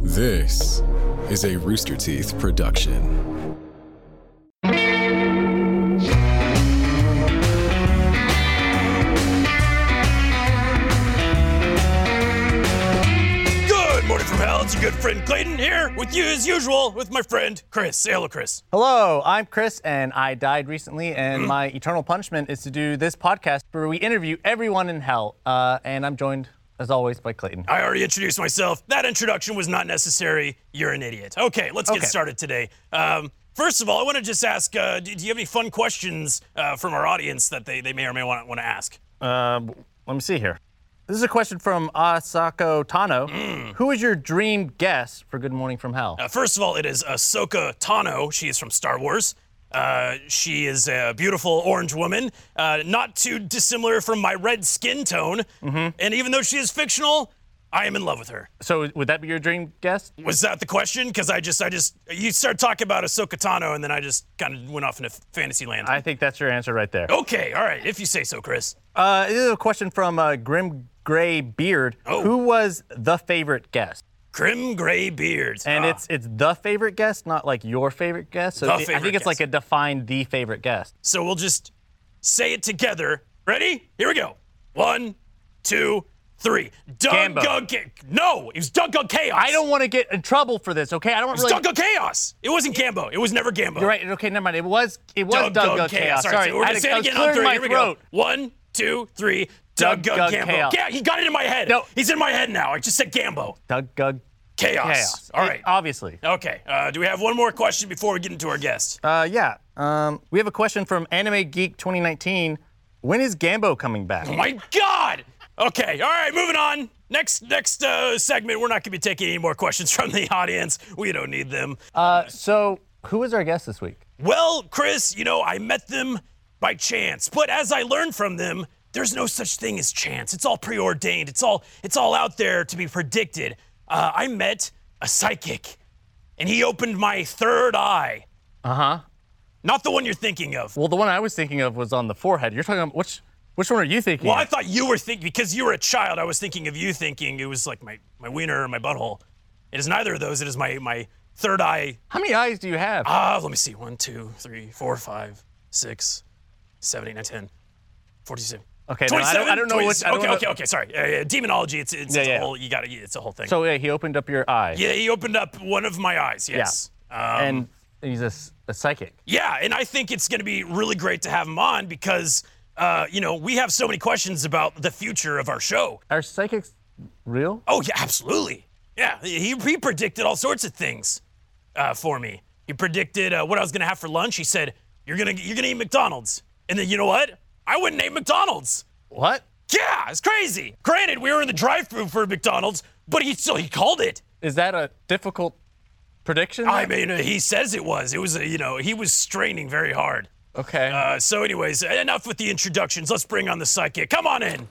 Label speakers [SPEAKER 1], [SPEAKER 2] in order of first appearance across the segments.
[SPEAKER 1] This is a Rooster Teeth production.
[SPEAKER 2] Good morning from hell. It's your good friend Clayton here with you as usual with my friend Chris. Say hello, Chris.
[SPEAKER 3] Hello, I'm Chris, and I died recently, and my eternal punishment is to do this podcast where we interview everyone in hell. Uh, and I'm joined, as always, by Clayton.
[SPEAKER 2] I already introduced myself. That introduction was not necessary. You're an idiot. Okay, let's get
[SPEAKER 3] Okay.
[SPEAKER 2] started today. Um, first of all, I want to just ask uh, do, do you have any fun questions uh, from our audience that they, they may or may want, want to ask?
[SPEAKER 3] Uh, let me see here. This is a question from Asako Tano. Who is your dream guest for Good Morning from Hell?
[SPEAKER 2] Uh, first of all, it is Ahsoka Tano. She is from Star Wars. Uh, she is a beautiful orange woman, uh, not too dissimilar from my red skin tone. And even though she is fictional, I am in love with her.
[SPEAKER 3] So, would that be your dream guest?
[SPEAKER 2] Was that the question? Because I just, I just, you started talking about Ahsoka Tano, and then I just kind of went off into fantasy land.
[SPEAKER 3] I think that's your answer right there.
[SPEAKER 2] okay, all right, if you say so, Chris.
[SPEAKER 3] Uh, this is a question from uh, Grim Gray Beard.
[SPEAKER 2] Oh.
[SPEAKER 3] Who was the favorite guest?
[SPEAKER 2] Grim Gray Beards.
[SPEAKER 3] And
[SPEAKER 2] Ah,
[SPEAKER 3] it's it's the favorite guest, not like your favorite guest. So
[SPEAKER 2] The
[SPEAKER 3] I think
[SPEAKER 2] favorite
[SPEAKER 3] it's like a
[SPEAKER 2] guest.
[SPEAKER 3] define the favorite guest.
[SPEAKER 2] so we'll just say it together. Ready? Here we go. One, two, three. Doug
[SPEAKER 3] Gambo.
[SPEAKER 2] Gug. No, it was Doug Gug Chaos.
[SPEAKER 3] I don't want to get in trouble for this, okay? I don't
[SPEAKER 2] It
[SPEAKER 3] really.
[SPEAKER 2] was Doug Gug Chaos. It wasn't Gambo. It was never Gambo.
[SPEAKER 3] You're right. Okay, never mind. It was it was
[SPEAKER 2] Doug Gug,
[SPEAKER 3] Gug
[SPEAKER 2] Chaos. All right,
[SPEAKER 3] Sorry,
[SPEAKER 2] so we're
[SPEAKER 3] I,
[SPEAKER 2] gonna
[SPEAKER 3] had-
[SPEAKER 2] say
[SPEAKER 3] I
[SPEAKER 2] it
[SPEAKER 3] was
[SPEAKER 2] again on
[SPEAKER 3] clearing
[SPEAKER 2] three.
[SPEAKER 3] my
[SPEAKER 2] Here we
[SPEAKER 3] throat.
[SPEAKER 2] go. One, two, three. Doug,
[SPEAKER 3] Doug
[SPEAKER 2] Gug,
[SPEAKER 3] Gug
[SPEAKER 2] Gambo.
[SPEAKER 3] Chaos.
[SPEAKER 2] Yeah, he got it in my head.
[SPEAKER 3] No.
[SPEAKER 2] He's in my head now. I just said Gambo.
[SPEAKER 3] Doug Gug
[SPEAKER 2] Chaos.
[SPEAKER 3] Chaos.
[SPEAKER 2] All
[SPEAKER 3] It-
[SPEAKER 2] right.
[SPEAKER 3] obviously.
[SPEAKER 2] Okay. Uh, do we have one more question before we get into our guest?
[SPEAKER 3] Uh, yeah. Um, we have a question from Anime Geek 2019. When is Gambo coming back?
[SPEAKER 2] oh my God. Okay. All right. Moving on. Next next uh, segment, we're not going to be taking any more questions from the audience. We don't need them.
[SPEAKER 3] Uh, so who is our guest this week?
[SPEAKER 2] Well, Chris, you know, I met them by chance, but as I learned from them, there's no such thing as chance. It's all preordained. It's all it's all out there to be predicted. Uh, I met a psychic, and he opened my third eye. Uh huh.
[SPEAKER 3] Uh-huh.
[SPEAKER 2] Not the one you're thinking of.
[SPEAKER 3] Well, the one I was thinking of was on the forehead. You're talking about which which one are you thinking?
[SPEAKER 2] Well, I
[SPEAKER 3] of?
[SPEAKER 2] thought you were thinking because you were a child. I was thinking of you thinking it was like my my wiener or my butthole. It is neither of those. It is my my third eye
[SPEAKER 3] How many eyes do you have?
[SPEAKER 2] Ah, let me see. One, two, three, four, five, six, seven, eight, nine, ten. 47.
[SPEAKER 3] Okay, no, I don't-
[SPEAKER 2] 27?
[SPEAKER 3] I don't know which- I don't
[SPEAKER 2] okay,
[SPEAKER 3] know-
[SPEAKER 2] okay, okay. Sorry. Uh, yeah, demonology. It's it's,
[SPEAKER 3] Yeah,
[SPEAKER 2] it's a
[SPEAKER 3] yeah.
[SPEAKER 2] whole. You got to. It's a whole thing.
[SPEAKER 3] so yeah, he opened up your eye.
[SPEAKER 2] yeah, he opened up one of my eyes. Yes. Yeah. Um,
[SPEAKER 3] And he's a, s- a psychic.
[SPEAKER 2] yeah, and I think it's going to be really great to have him on because uh, you know we have so many questions about the future of our show.
[SPEAKER 3] Are psychics real?
[SPEAKER 2] Oh yeah, absolutely. Yeah, he, he predicted all sorts of things uh, for me. He predicted uh, what I was gonna have for lunch. He said you're gonna you're gonna eat McDonald's, and then you know what? I wouldn't eat McDonald's.
[SPEAKER 3] What?
[SPEAKER 2] Yeah, it's crazy. Granted, we were in the drive-through for McDonald's, but he still he called it.
[SPEAKER 3] Is that a difficult prediction?
[SPEAKER 2] I mean, uh, he says it was. It was a, you know he was straining very hard.
[SPEAKER 3] okay.
[SPEAKER 2] Uh, so, anyways, enough with the introductions. Let's bring on the psychic. Come on in,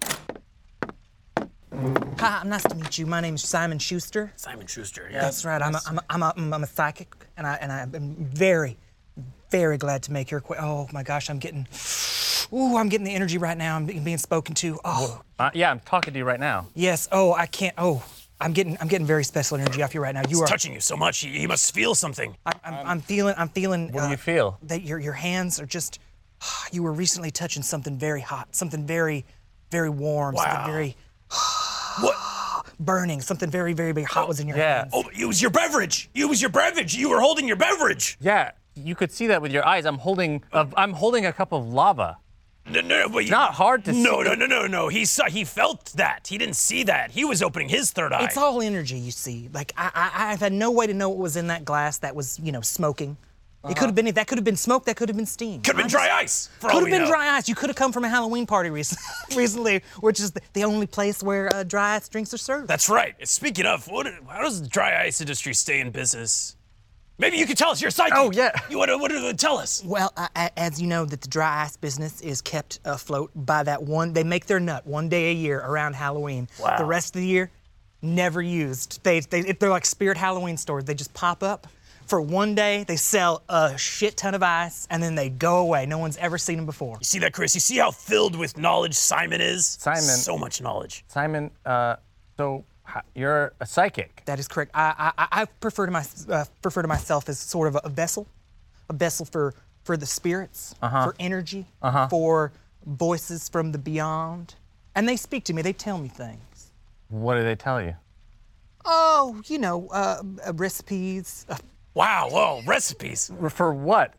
[SPEAKER 4] Hi, I'm nice to meet you. My name's Simon Schuster.
[SPEAKER 2] Simon Schuster.
[SPEAKER 4] That's right. I'm a, I'm a, I'm a, I'm a psychic, and I and I'm very, very glad to make your. Qu- oh my gosh, I'm getting. Ooh, I'm getting the energy right now. I'm being spoken to. Oh
[SPEAKER 3] Uh, yeah, I'm talking to you right now.
[SPEAKER 4] yes. Oh, I can't. Oh, I'm getting I'm getting very special energy off you right now. You are.
[SPEAKER 2] Touching you so much, he, he must feel something.
[SPEAKER 4] I, I'm, I'm feeling. I'm feeling. uh,
[SPEAKER 3] What do you feel?
[SPEAKER 4] That your your hands are just. You were recently touching something very hot, something very, very warm,
[SPEAKER 2] Wow.
[SPEAKER 4] something very
[SPEAKER 2] What?
[SPEAKER 4] burning, something very, very, very hot was in your
[SPEAKER 3] yeah.
[SPEAKER 4] hands.
[SPEAKER 2] Oh, it was your beverage. It was your beverage. You were holding your beverage.
[SPEAKER 3] Yeah, you could see that with your eyes. I'm holding a, I'm holding a cup of lava.
[SPEAKER 2] No, no, no. But you-
[SPEAKER 3] Not hard to
[SPEAKER 2] No,
[SPEAKER 3] see.
[SPEAKER 2] no, no, no, no. He saw. He felt that. He didn't see that. He was opening his third eye.
[SPEAKER 4] It's all energy, you see. Like I, I, I've had no way to know what was in that glass that was, you know, smoking. It could have been that could have been smoke. That could have been steam.
[SPEAKER 2] could have Uh-huh. been dry ice. For all
[SPEAKER 4] Could have
[SPEAKER 2] we
[SPEAKER 4] been
[SPEAKER 2] know.
[SPEAKER 4] dry ice. You could have come from a Halloween party recent, recently, which is the, the only place where uh, dry ice drinks are served.
[SPEAKER 2] That's right. Speaking of, what, how does the dry ice industry stay in business? Maybe you could tell us. You're a psychic.
[SPEAKER 3] Oh, yeah.
[SPEAKER 2] You want to? What do tell us?
[SPEAKER 4] well, uh, a- as you know, that the dry ice business is kept afloat by that one. They make their nut one day a year around Halloween.
[SPEAKER 2] Wow.
[SPEAKER 4] The rest of the year, never used. They, they if they're like spirit Halloween stores. They just pop up for one day. They sell a shit ton of ice and then they go away. No one's ever seen them before.
[SPEAKER 2] You see that, Chris? You see how filled with knowledge Simon is?
[SPEAKER 3] Simon-
[SPEAKER 2] So much knowledge.
[SPEAKER 3] Simon, uh, so Ha- You're a psychic.
[SPEAKER 4] That is correct. I I, I- I prefer to my uh, prefer to myself as sort of a, vessel, a vessel for for the spirits, for energy, for voices from the beyond, and they speak to me. They tell me things.
[SPEAKER 3] What do they tell you?
[SPEAKER 4] Oh, you know, uh, uh, recipes uh,
[SPEAKER 2] Wow, whoa, recipes.
[SPEAKER 3] For what?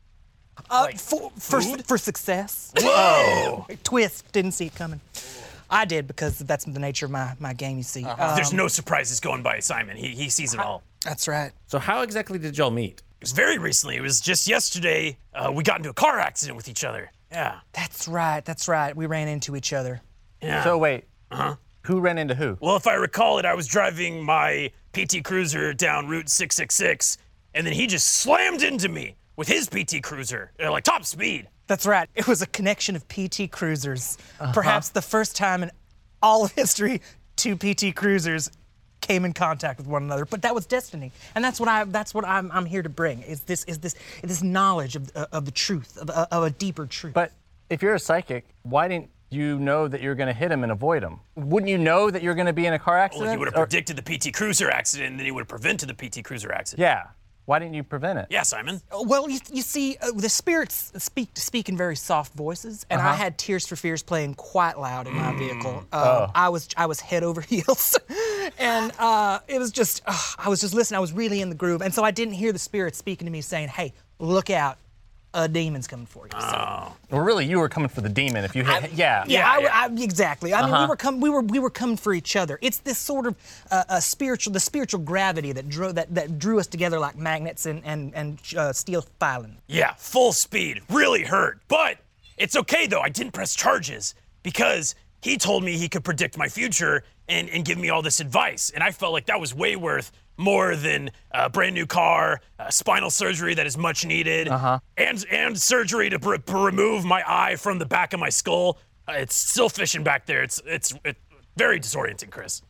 [SPEAKER 4] uh, for for,
[SPEAKER 2] food?
[SPEAKER 4] for success.
[SPEAKER 2] Whoa.
[SPEAKER 4] Twist. Didn't see it coming. I did because that's the nature of my my game. You see. Uh,
[SPEAKER 2] There's no surprises going by Simon. He, he sees it all.
[SPEAKER 4] that's right.
[SPEAKER 5] So how exactly did y'all meet?
[SPEAKER 2] It was very recently. It was just yesterday. Uh, we got into a car accident with each other. Yeah.
[SPEAKER 4] That's right. That's right. We ran into each other.
[SPEAKER 2] yeah.
[SPEAKER 3] So wait. Who ran into who?
[SPEAKER 2] Well, if I recall it, I was driving my PT Cruiser down Route 666, and then he just slammed into me with his PT Cruiser, uh, like top speed.
[SPEAKER 4] That's right. It was a connection of PT Cruisers.
[SPEAKER 2] Uh-huh.
[SPEAKER 4] Perhaps the first time in all of history two PT Cruisers came in contact with one another. But that was destiny, and that's what I that's what I'm, I'm here to bring. Is this is this this knowledge of uh, of the truth of, of a deeper truth.
[SPEAKER 3] But if you're a psychic, why didn't you know that you're going to hit him and avoid him? Wouldn't you know that you're going to be in a car accident?
[SPEAKER 2] Well, uh, he would have
[SPEAKER 3] Or-
[SPEAKER 2] predicted the PT Cruiser accident, and then he would have prevented the PT Cruiser accident.
[SPEAKER 3] yeah. Why didn't you prevent it?
[SPEAKER 2] Yeah, Simon.
[SPEAKER 4] Well, you, you see, uh, the spirits speak speak in very soft voices, and I had Tears for Fears playing quite loud in my vehicle. Um, I was I was head over heels, and uh, it was just uh, I was just listening. I was really in the groove, and so I didn't hear the spirits speaking to me saying, "Hey, look out, a demon's coming for you." So,
[SPEAKER 3] Well, really, you were coming for the demon if you hit. yeah.
[SPEAKER 4] Ah. yeah, Uh-huh. I, I- exactly. I mean, we were com- we were we were coming for each other. It's this sort of uh, uh, spiritual the spiritual gravity that drew that, that drew us together like magnets and and and uh, steel filings.
[SPEAKER 2] Yeah, full speed. Really hurt. But it's okay, though. I didn't press charges because he told me he could predict my future and, and give me all this advice. And I felt like that was way worth more than a brand new car, uh, spinal surgery that is much needed, and, and surgery to pr- pr- remove my eye from the back of my skull. Uh, it's still fishing back there. It's, it's, it's very disorienting, Chris.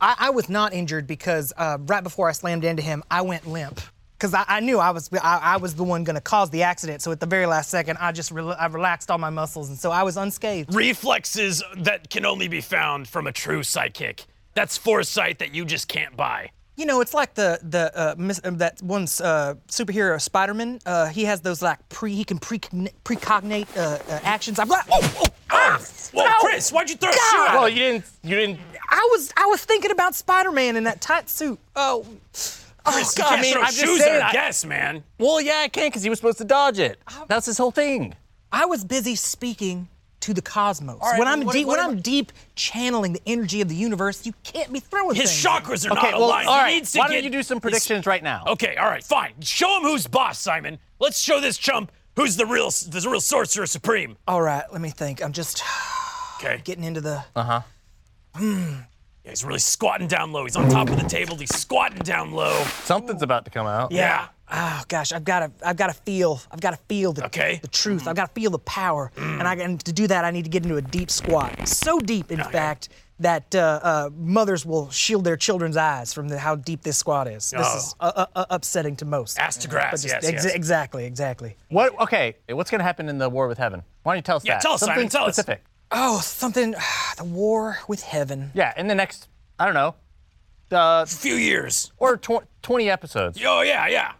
[SPEAKER 4] I, I was not injured because uh, right before I slammed into him, I went limp because I, I knew I was I, I was the one going to cause the accident. So at the very last second, I just rel I relaxed all my muscles, and so I was unscathed.
[SPEAKER 2] Reflexes that can only be found from a true psychic. That's foresight that you just can't buy.
[SPEAKER 4] You know, it's like the the uh, mis- uh, that one uh, superhero Spider-Man. Uh, he has those like pre he can pre precognate uh, uh, actions. I'm like, oh, oh, ah,
[SPEAKER 2] Whoa,
[SPEAKER 4] ow.
[SPEAKER 2] Chris, why'd you throw a shoe
[SPEAKER 4] God!
[SPEAKER 2] at
[SPEAKER 3] Well, you didn't. You didn't.
[SPEAKER 4] I was I was thinking about Spider-Man in that tight suit. Oh, oh
[SPEAKER 2] You
[SPEAKER 4] God.
[SPEAKER 2] can't
[SPEAKER 3] I mean,
[SPEAKER 2] throw
[SPEAKER 3] I'm just
[SPEAKER 2] shoes
[SPEAKER 3] saying,
[SPEAKER 2] at a
[SPEAKER 3] I-
[SPEAKER 2] guest, man.
[SPEAKER 3] Well, yeah, I can because he was supposed to dodge it. That's his whole thing.
[SPEAKER 4] I was busy speaking to the cosmos.
[SPEAKER 3] right,
[SPEAKER 4] when
[SPEAKER 3] well,
[SPEAKER 4] I'm
[SPEAKER 3] what-
[SPEAKER 4] deep,
[SPEAKER 3] what
[SPEAKER 4] when
[SPEAKER 3] am
[SPEAKER 4] I'm deep channeling the energy of the universe, you can't be throwing
[SPEAKER 2] His
[SPEAKER 4] things.
[SPEAKER 2] chakras are
[SPEAKER 3] Okay.
[SPEAKER 2] not
[SPEAKER 3] well,
[SPEAKER 2] aligned.
[SPEAKER 3] all
[SPEAKER 2] He
[SPEAKER 3] right.
[SPEAKER 2] needs to
[SPEAKER 3] Why
[SPEAKER 2] get
[SPEAKER 3] don't you do some
[SPEAKER 2] his-
[SPEAKER 3] predictions right now?
[SPEAKER 2] Okay, all right, fine. Show him who's boss, Simon. Let's show this chump who's the real, the real sorcerer supreme.
[SPEAKER 3] Oh,
[SPEAKER 4] All right, let me think. I'm just
[SPEAKER 2] Okay,
[SPEAKER 4] getting into the.
[SPEAKER 2] Uh-huh. yeah, he's really squatting down low. He's on top of the table. He's squatting down low.
[SPEAKER 3] Something's about to come out.
[SPEAKER 2] Yeah.
[SPEAKER 4] Oh gosh, I've got to, I've got to feel, I've got to feel the,
[SPEAKER 2] Okay. Mm-hmm. Mm.
[SPEAKER 4] the truth. I've got to feel the power, and I and to do that, I need to get into a deep squat. So deep, in fact, that uh, uh, mothers will shield their children's eyes from the, how deep this squat is. This
[SPEAKER 2] Oh.
[SPEAKER 4] is uh, uh, upsetting to most.
[SPEAKER 2] Ass to grass, yes,
[SPEAKER 4] exa-
[SPEAKER 2] yes.
[SPEAKER 4] Exactly, exactly.
[SPEAKER 3] What? Okay. What's going to happen in the war with heaven? Why don't you tell us
[SPEAKER 2] Yeah,
[SPEAKER 3] that?
[SPEAKER 2] tell us, Simon,
[SPEAKER 3] Something
[SPEAKER 2] tell us.
[SPEAKER 3] specific.
[SPEAKER 4] Oh, something, the war with heaven.
[SPEAKER 3] Yeah. In the next, I don't know, uh,
[SPEAKER 2] Few years.
[SPEAKER 3] or tw- 20 episodes.
[SPEAKER 2] Oh yeah, yeah.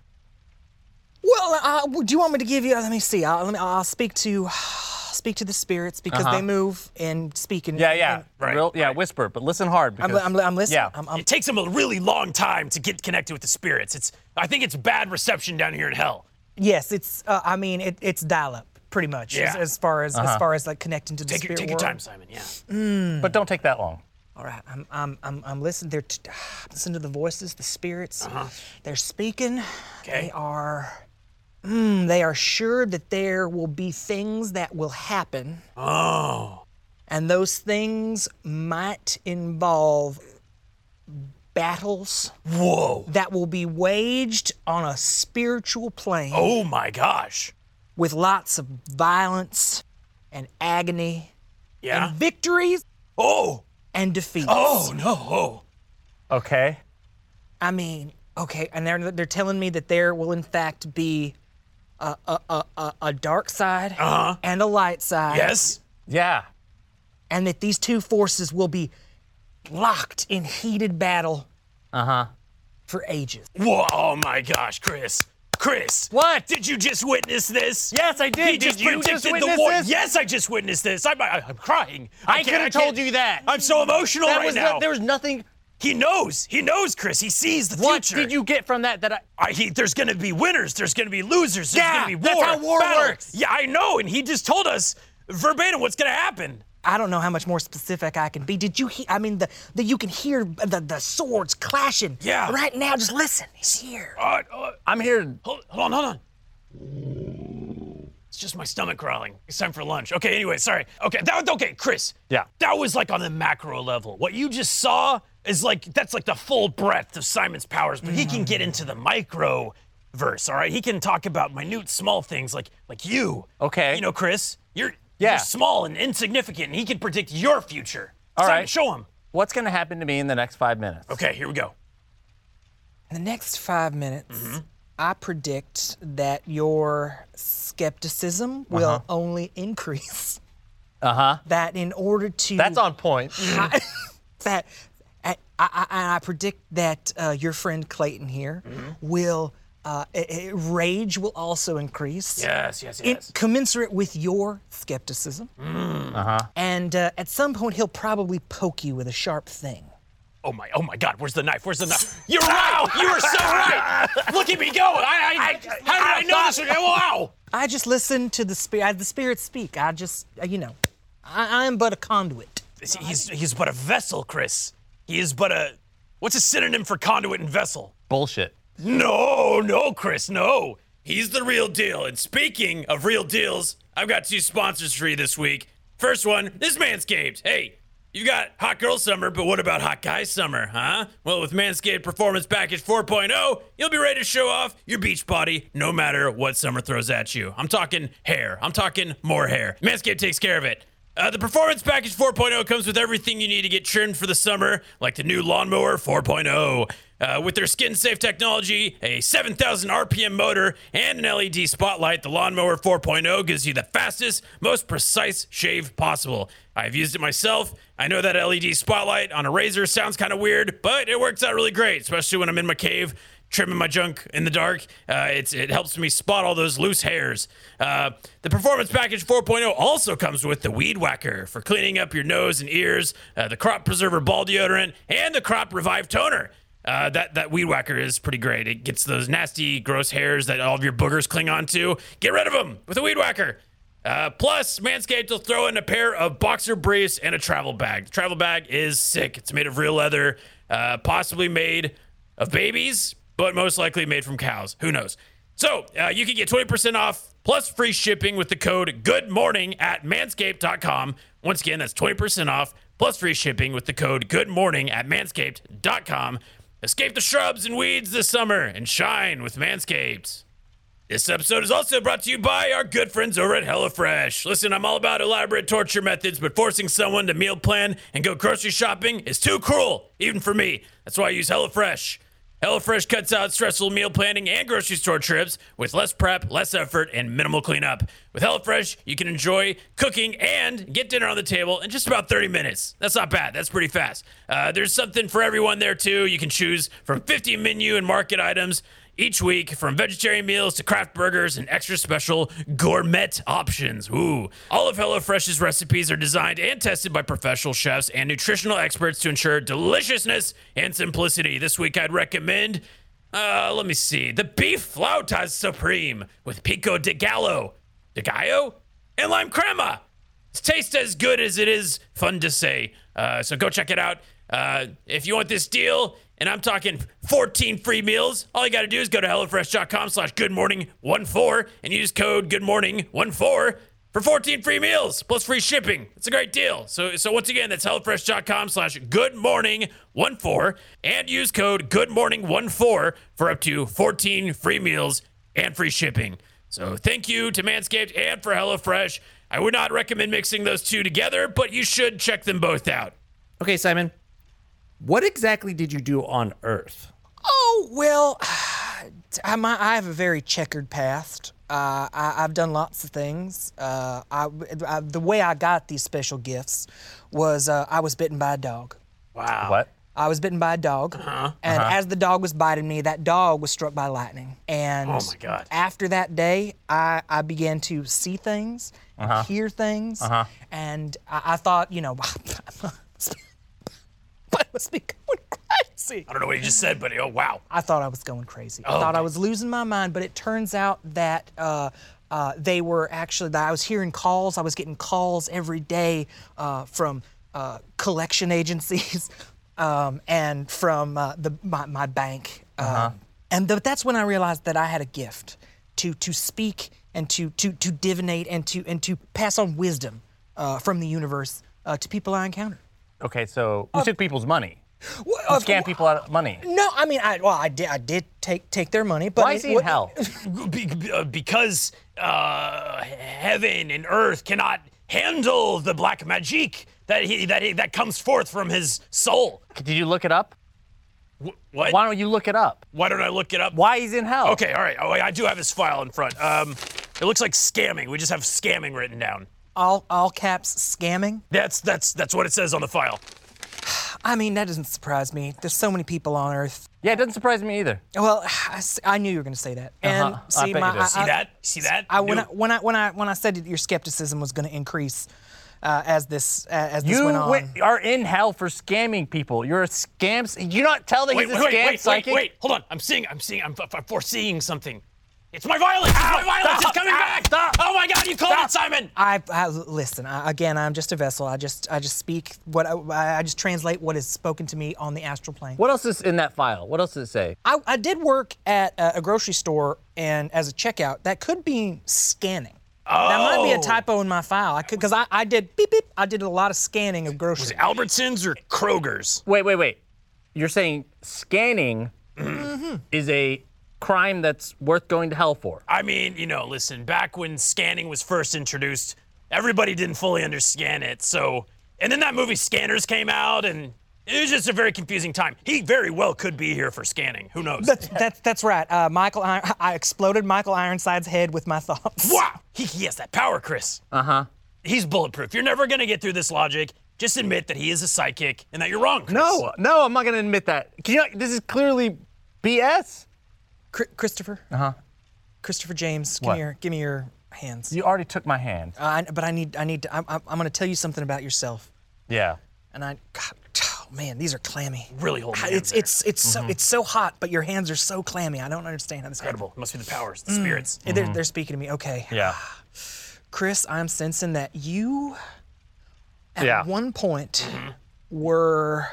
[SPEAKER 4] Well, uh, do you want me to give you? Let me see. I'll, let me. I'll speak to, speak to the spirits because
[SPEAKER 2] Uh-huh.
[SPEAKER 4] they move and speak. And,
[SPEAKER 3] Yeah. Yeah.
[SPEAKER 4] and-
[SPEAKER 2] Right,
[SPEAKER 3] Real- yeah.
[SPEAKER 2] right.
[SPEAKER 3] Whisper, but listen hard because
[SPEAKER 4] I'm, I'm, I'm listening.
[SPEAKER 3] Yeah.
[SPEAKER 4] I'm, I'm,
[SPEAKER 2] It takes him a really long time to get connected with the spirits. It's I think it's bad reception down here in hell.
[SPEAKER 4] yes, it's. Uh, I mean, it, it's dial up pretty much.
[SPEAKER 2] Yeah. Uh-huh.
[SPEAKER 4] As, as far as as far as like connecting to the
[SPEAKER 2] Take your,
[SPEAKER 4] spirit
[SPEAKER 2] take your time,
[SPEAKER 4] world.
[SPEAKER 2] Simon. Yeah.
[SPEAKER 3] but don't take that long.
[SPEAKER 4] All right. I'm I'm I'm, I'm listening. They're t- I'm listening to the voices, the spirits. They're speaking. They
[SPEAKER 2] Uh-huh. Okay.
[SPEAKER 4] are. Mm, they are sure that there will be things that will happen. Oh. And those things might involve battles
[SPEAKER 2] Whoa.
[SPEAKER 4] that will be waged on a spiritual plane
[SPEAKER 2] Oh my gosh.
[SPEAKER 4] with lots of violence and agony,
[SPEAKER 2] Yeah.
[SPEAKER 4] victories
[SPEAKER 2] Oh.
[SPEAKER 4] and defeats.
[SPEAKER 2] Oh no. Oh.
[SPEAKER 3] Okay.
[SPEAKER 4] I mean, okay, and they're they're telling me that there will in fact be a a a, a, a dark side and a light side,
[SPEAKER 2] Uh-huh. Yes.
[SPEAKER 3] Yeah.
[SPEAKER 4] and that these two forces will be locked in heated battle. Uh huh. For ages.
[SPEAKER 2] Whoa, oh my gosh, Chris. Chris.
[SPEAKER 3] What?
[SPEAKER 2] Did you just witness this?
[SPEAKER 3] Yes, I did.
[SPEAKER 2] He
[SPEAKER 3] Did
[SPEAKER 2] just
[SPEAKER 3] you
[SPEAKER 2] predicted
[SPEAKER 3] just
[SPEAKER 2] the
[SPEAKER 3] witness
[SPEAKER 2] war.
[SPEAKER 3] this?
[SPEAKER 2] Yes, I just witnessed this. I'm, I, I'm crying.
[SPEAKER 3] I
[SPEAKER 2] can't-
[SPEAKER 3] coulda
[SPEAKER 2] can't-
[SPEAKER 3] told you that.
[SPEAKER 2] I'm so emotional
[SPEAKER 3] That
[SPEAKER 2] right
[SPEAKER 3] was
[SPEAKER 2] now.
[SPEAKER 3] not, there was nothing.
[SPEAKER 2] he knows. He knows, Chris. He sees the
[SPEAKER 3] What
[SPEAKER 2] future.
[SPEAKER 3] did you get from that? That I.
[SPEAKER 2] I, he, there's gonna be winners. There's gonna be losers. There's
[SPEAKER 3] Yeah,
[SPEAKER 2] gonna be war.
[SPEAKER 3] that's how war
[SPEAKER 2] battle.
[SPEAKER 3] works.
[SPEAKER 2] Yeah, I know. And he just told us verbatim what's gonna happen.
[SPEAKER 4] I don't know how much more specific I can be. Did you hear? I mean, the, the you can hear the, the swords clashing.
[SPEAKER 2] Yeah.
[SPEAKER 4] Right now, just listen. It's here.
[SPEAKER 2] Uh, uh,
[SPEAKER 3] I'm here.
[SPEAKER 2] Hold, hold on, hold on. It's just my stomach growling. It's time for lunch. Okay, anyway, sorry. Okay, that was okay, Chris.
[SPEAKER 3] Yeah.
[SPEAKER 2] That was like on the macro level. What you just saw is like that's like the full breadth of Simon's powers, but he can get into the micro verse, all right? He can talk about minute small things like like you.
[SPEAKER 3] Okay.
[SPEAKER 2] You know, Chris, you're
[SPEAKER 3] Yeah.
[SPEAKER 2] you're small and insignificant, and he can predict your future.
[SPEAKER 3] All
[SPEAKER 2] Simon,
[SPEAKER 3] right.
[SPEAKER 2] Show him.
[SPEAKER 3] What's gonna happen to me in the next five minutes?
[SPEAKER 2] Okay, here we go.
[SPEAKER 4] In the next five minutes,
[SPEAKER 3] Mm-hmm.
[SPEAKER 4] I predict that your skepticism
[SPEAKER 3] Uh-huh.
[SPEAKER 4] will only increase. Uh huh. That in order to
[SPEAKER 3] That's on point.
[SPEAKER 4] I, that I, I, I, I predict that uh, your friend Clayton here
[SPEAKER 3] Mm-hmm.
[SPEAKER 4] will uh, i- i- rage will also increase.
[SPEAKER 2] Yes, yes,
[SPEAKER 4] in-
[SPEAKER 2] yes.
[SPEAKER 4] commensurate with your skepticism.
[SPEAKER 3] Mm. Uh-huh.
[SPEAKER 4] And uh, at some point, he'll probably poke you with a sharp thing.
[SPEAKER 2] Oh my, oh my God, where's the knife? Where's the knife? You're right! You were so right! Look at me go! I, I, how did I know this? was- Wow!
[SPEAKER 4] I just listen to the spirit. The spirits speak. I just, uh, you know, I, I am but a conduit.
[SPEAKER 2] See, He's, he's but a vessel, Chris. He is but a, what's a synonym for conduit and vessel?
[SPEAKER 3] Bullshit.
[SPEAKER 2] No, no, Chris, no. He's the real deal. And speaking of real deals, I've got two sponsors for you this week. First one, this is Manscaped. Hey, you got hot girl summer, but what about hot guy summer, huh? Well, with Manscaped Performance Package 4.0, you'll be ready to show off your beach body no matter what summer throws at you. I'm talking hair. I'm talking more hair. Manscaped takes care of it. Uh, the Performance Package 4.0 comes with everything you need to get trimmed for the summer, like the new Lawnmower 4.0. Uh, with their skin safe technology, a 7,000 RPM motor, and an LED spotlight, the Lawnmower 4.0 gives you the fastest, most precise shave possible. I've used it myself. I know that LED spotlight on a razor sounds kind of weird, but it works out really great, especially when I'm in my cave trimming my junk in the dark. Uh, it's, it helps me spot all those loose hairs. Uh, the Performance Package 4.0 also comes with the Weed Whacker for cleaning up your nose and ears, uh, the Crop Preserver Ball Deodorant, and the Crop Revive Toner. Uh, that that weed whacker is pretty great. It gets those nasty, gross hairs that all of your boogers cling onto. Get rid of them with a weed whacker. Uh, plus, Manscaped will throw in a pair of boxer briefs and a travel bag. The travel bag is sick. It's made of real leather, uh, possibly made of babies, but most likely made from cows. Who knows? So uh, you can get 20% off plus free shipping with the code Good Morning at manscaped.com. Once again, that's 20% off plus free shipping with the code Good Morning at manscaped.com. Escape the shrubs and weeds this summer and shine with Manscaped. This episode is also brought to you by our good friends over at HelloFresh. Listen, I'm all about elaborate torture methods, but forcing someone to meal plan and go grocery shopping is too cruel, even for me. That's why I use HelloFresh. HelloFresh cuts out stressful meal planning and grocery store trips with less prep, less effort, and minimal cleanup. With HelloFresh, you can enjoy cooking and get dinner on the table in just about 30 minutes. That's not bad. That's pretty fast. Uh, there's something for everyone there, too. You can choose from 50 menu and market items each week from vegetarian meals to craft burgers and extra special gourmet options. Ooh. All of HelloFresh's recipes are designed and tested by professional chefs and nutritional experts to ensure deliciousness and simplicity. This week I'd recommend uh let me see. The beef flautas supreme with pico de gallo, de gallo, and lime crema. It's taste as good as it is fun to say. Uh, so go check it out. Uh, if you want this deal, and I'm talking 14 free meals, all you got to do is go to HelloFresh.com slash GoodMorning14 and use code GoodMorning14 for 14 free meals plus free shipping. It's a great deal. So, so once again, that's HelloFresh.com slash GoodMorning14 and use code GoodMorning14 for up to 14 free meals and free shipping. So thank you to Manscaped and for HelloFresh. I would not recommend mixing those two together, but you should check them both out.
[SPEAKER 5] Okay, Simon. What exactly did you do on Earth?
[SPEAKER 4] Oh well, I, my, I have a very checkered past. Uh, I, I've done lots of things. Uh, I, I- the way I got these special gifts was uh, I was bitten by a dog.
[SPEAKER 2] Wow.
[SPEAKER 3] What?
[SPEAKER 4] I was bitten by a dog,
[SPEAKER 2] Uh-huh,
[SPEAKER 4] and as the dog was biting me, that dog was struck by lightning. And
[SPEAKER 2] Oh my God.
[SPEAKER 4] After that day, I, I began to see things,
[SPEAKER 2] Uh-huh.
[SPEAKER 4] hear things, and I, I thought, you know, I must be going crazy.
[SPEAKER 2] I don't know what you just said, but oh wow.
[SPEAKER 4] I thought I was going crazy.
[SPEAKER 3] Oh,
[SPEAKER 4] I thought I was losing my mind, but it turns out that uh, uh, they were actually that I was hearing calls. I was getting calls every day uh, from uh, collection agencies um, and from uh, the my, my bank. Um,
[SPEAKER 3] Uh-huh.
[SPEAKER 4] And th- that's when I realized that I had a gift to to speak and to to to divinate and to and to pass on wisdom uh, from the universe uh, to people I encounter.
[SPEAKER 3] Okay, so you took people's money.
[SPEAKER 4] Well,
[SPEAKER 3] You
[SPEAKER 4] of-
[SPEAKER 3] scam people out of money.
[SPEAKER 4] No, I mean, I well, I did, I did take take their money, but
[SPEAKER 3] Why is
[SPEAKER 4] it
[SPEAKER 3] he in
[SPEAKER 4] wa-
[SPEAKER 3] hell?
[SPEAKER 2] Be- be- uh, because uh, heaven and earth cannot handle the black magic that he that he, that comes forth from his soul.
[SPEAKER 3] Did you look it up?
[SPEAKER 2] Wh- What?
[SPEAKER 3] Why don't you look it up?
[SPEAKER 2] Why don't I look it up?
[SPEAKER 3] Why he's in hell?
[SPEAKER 2] Okay, all right. Oh, I do have his file in front. Um, it looks like scamming. We just have scamming written down.
[SPEAKER 4] all all caps scamming.
[SPEAKER 2] That's that's that's what it says on the file.
[SPEAKER 4] I mean, that doesn't surprise me. There's so many people on Earth.
[SPEAKER 3] Yeah, it doesn't surprise me either.
[SPEAKER 4] Well, I, s- I knew you were gonna say that. And
[SPEAKER 3] Uh-huh. I
[SPEAKER 4] see,
[SPEAKER 3] bet
[SPEAKER 4] my
[SPEAKER 3] you did.
[SPEAKER 2] See that? See that?
[SPEAKER 4] I, when I
[SPEAKER 2] Knew-
[SPEAKER 4] when I when I when I said that your skepticism was gonna increase uh, as this uh, as this
[SPEAKER 3] You
[SPEAKER 4] went on.
[SPEAKER 3] wi- are in hell for scamming people. You're a scam. s- You not tell that
[SPEAKER 2] wait,
[SPEAKER 3] he's
[SPEAKER 2] wait,
[SPEAKER 3] a
[SPEAKER 2] wait,
[SPEAKER 3] scam
[SPEAKER 2] wait, wait,
[SPEAKER 3] psychic.
[SPEAKER 2] wait. Hold on. I'm seeing. I'm seeing. I'm, f- f- foreseeing something. It's my violence. It's my violence.
[SPEAKER 3] Stop!
[SPEAKER 2] it's coming
[SPEAKER 3] Ow!
[SPEAKER 2] back.
[SPEAKER 3] Stop!
[SPEAKER 2] Oh my God! You called it, Simon.
[SPEAKER 4] I, I listen. I, again, I'm just a vessel. I just I just speak what I, I just translate what is spoken to me on the astral plane.
[SPEAKER 3] What else is in that file? What else does it say?
[SPEAKER 4] I, I did work at a, a grocery store and as a checkout. That could be scanning. Oh. That might be a
[SPEAKER 2] Oh.
[SPEAKER 4] typo in my file. I could because I, I did beep beep. I did a lot of scanning of groceries.
[SPEAKER 2] Albertsons or Kroger's?
[SPEAKER 3] Wait, wait, wait. You're saying scanning is a crime that's worth going to hell for.
[SPEAKER 2] I mean, you know, listen. Back when scanning was first introduced, everybody didn't fully understand it. So, and then that movie Scanners came out, and it was just a very confusing time. He very well could be here for scanning. Who knows?
[SPEAKER 4] That's that's that's right. Uh, Michael, I, I exploded Michael Ironside's head with my thoughts.
[SPEAKER 2] Wow! He, he has that power, Chris. Uh
[SPEAKER 4] Uh-huh.
[SPEAKER 2] huh. He's bulletproof. You're never gonna get through this logic. Just admit that he is a psychic and that you're wrong. Chris.
[SPEAKER 3] No, no, I'm not going to admit that. Can you, this is clearly BS.
[SPEAKER 4] Cri- Christopher. Uh huh. Christopher James, give
[SPEAKER 3] What?
[SPEAKER 4] me your give me your hands. Uh,
[SPEAKER 3] You already took my hand.
[SPEAKER 4] I, but I need I need to, I'm, I'm I'm gonna tell you something about yourself.
[SPEAKER 3] yeah.
[SPEAKER 4] And I, God, oh man, these are clammy.
[SPEAKER 2] Really holding
[SPEAKER 4] Ah,
[SPEAKER 2] hands
[SPEAKER 4] It's
[SPEAKER 2] there.
[SPEAKER 4] it's it's so it's so hot, but your hands are so clammy. I don't understand how this happened.
[SPEAKER 2] Incredible. It must be the powers,
[SPEAKER 4] Mm.
[SPEAKER 2] the spirits.
[SPEAKER 4] They're, they're speaking to me. Okay.
[SPEAKER 3] Mm-hmm. Yeah.
[SPEAKER 4] Chris, I'm sensing that you, at
[SPEAKER 3] Yeah. Mm-hmm.
[SPEAKER 4] one point, were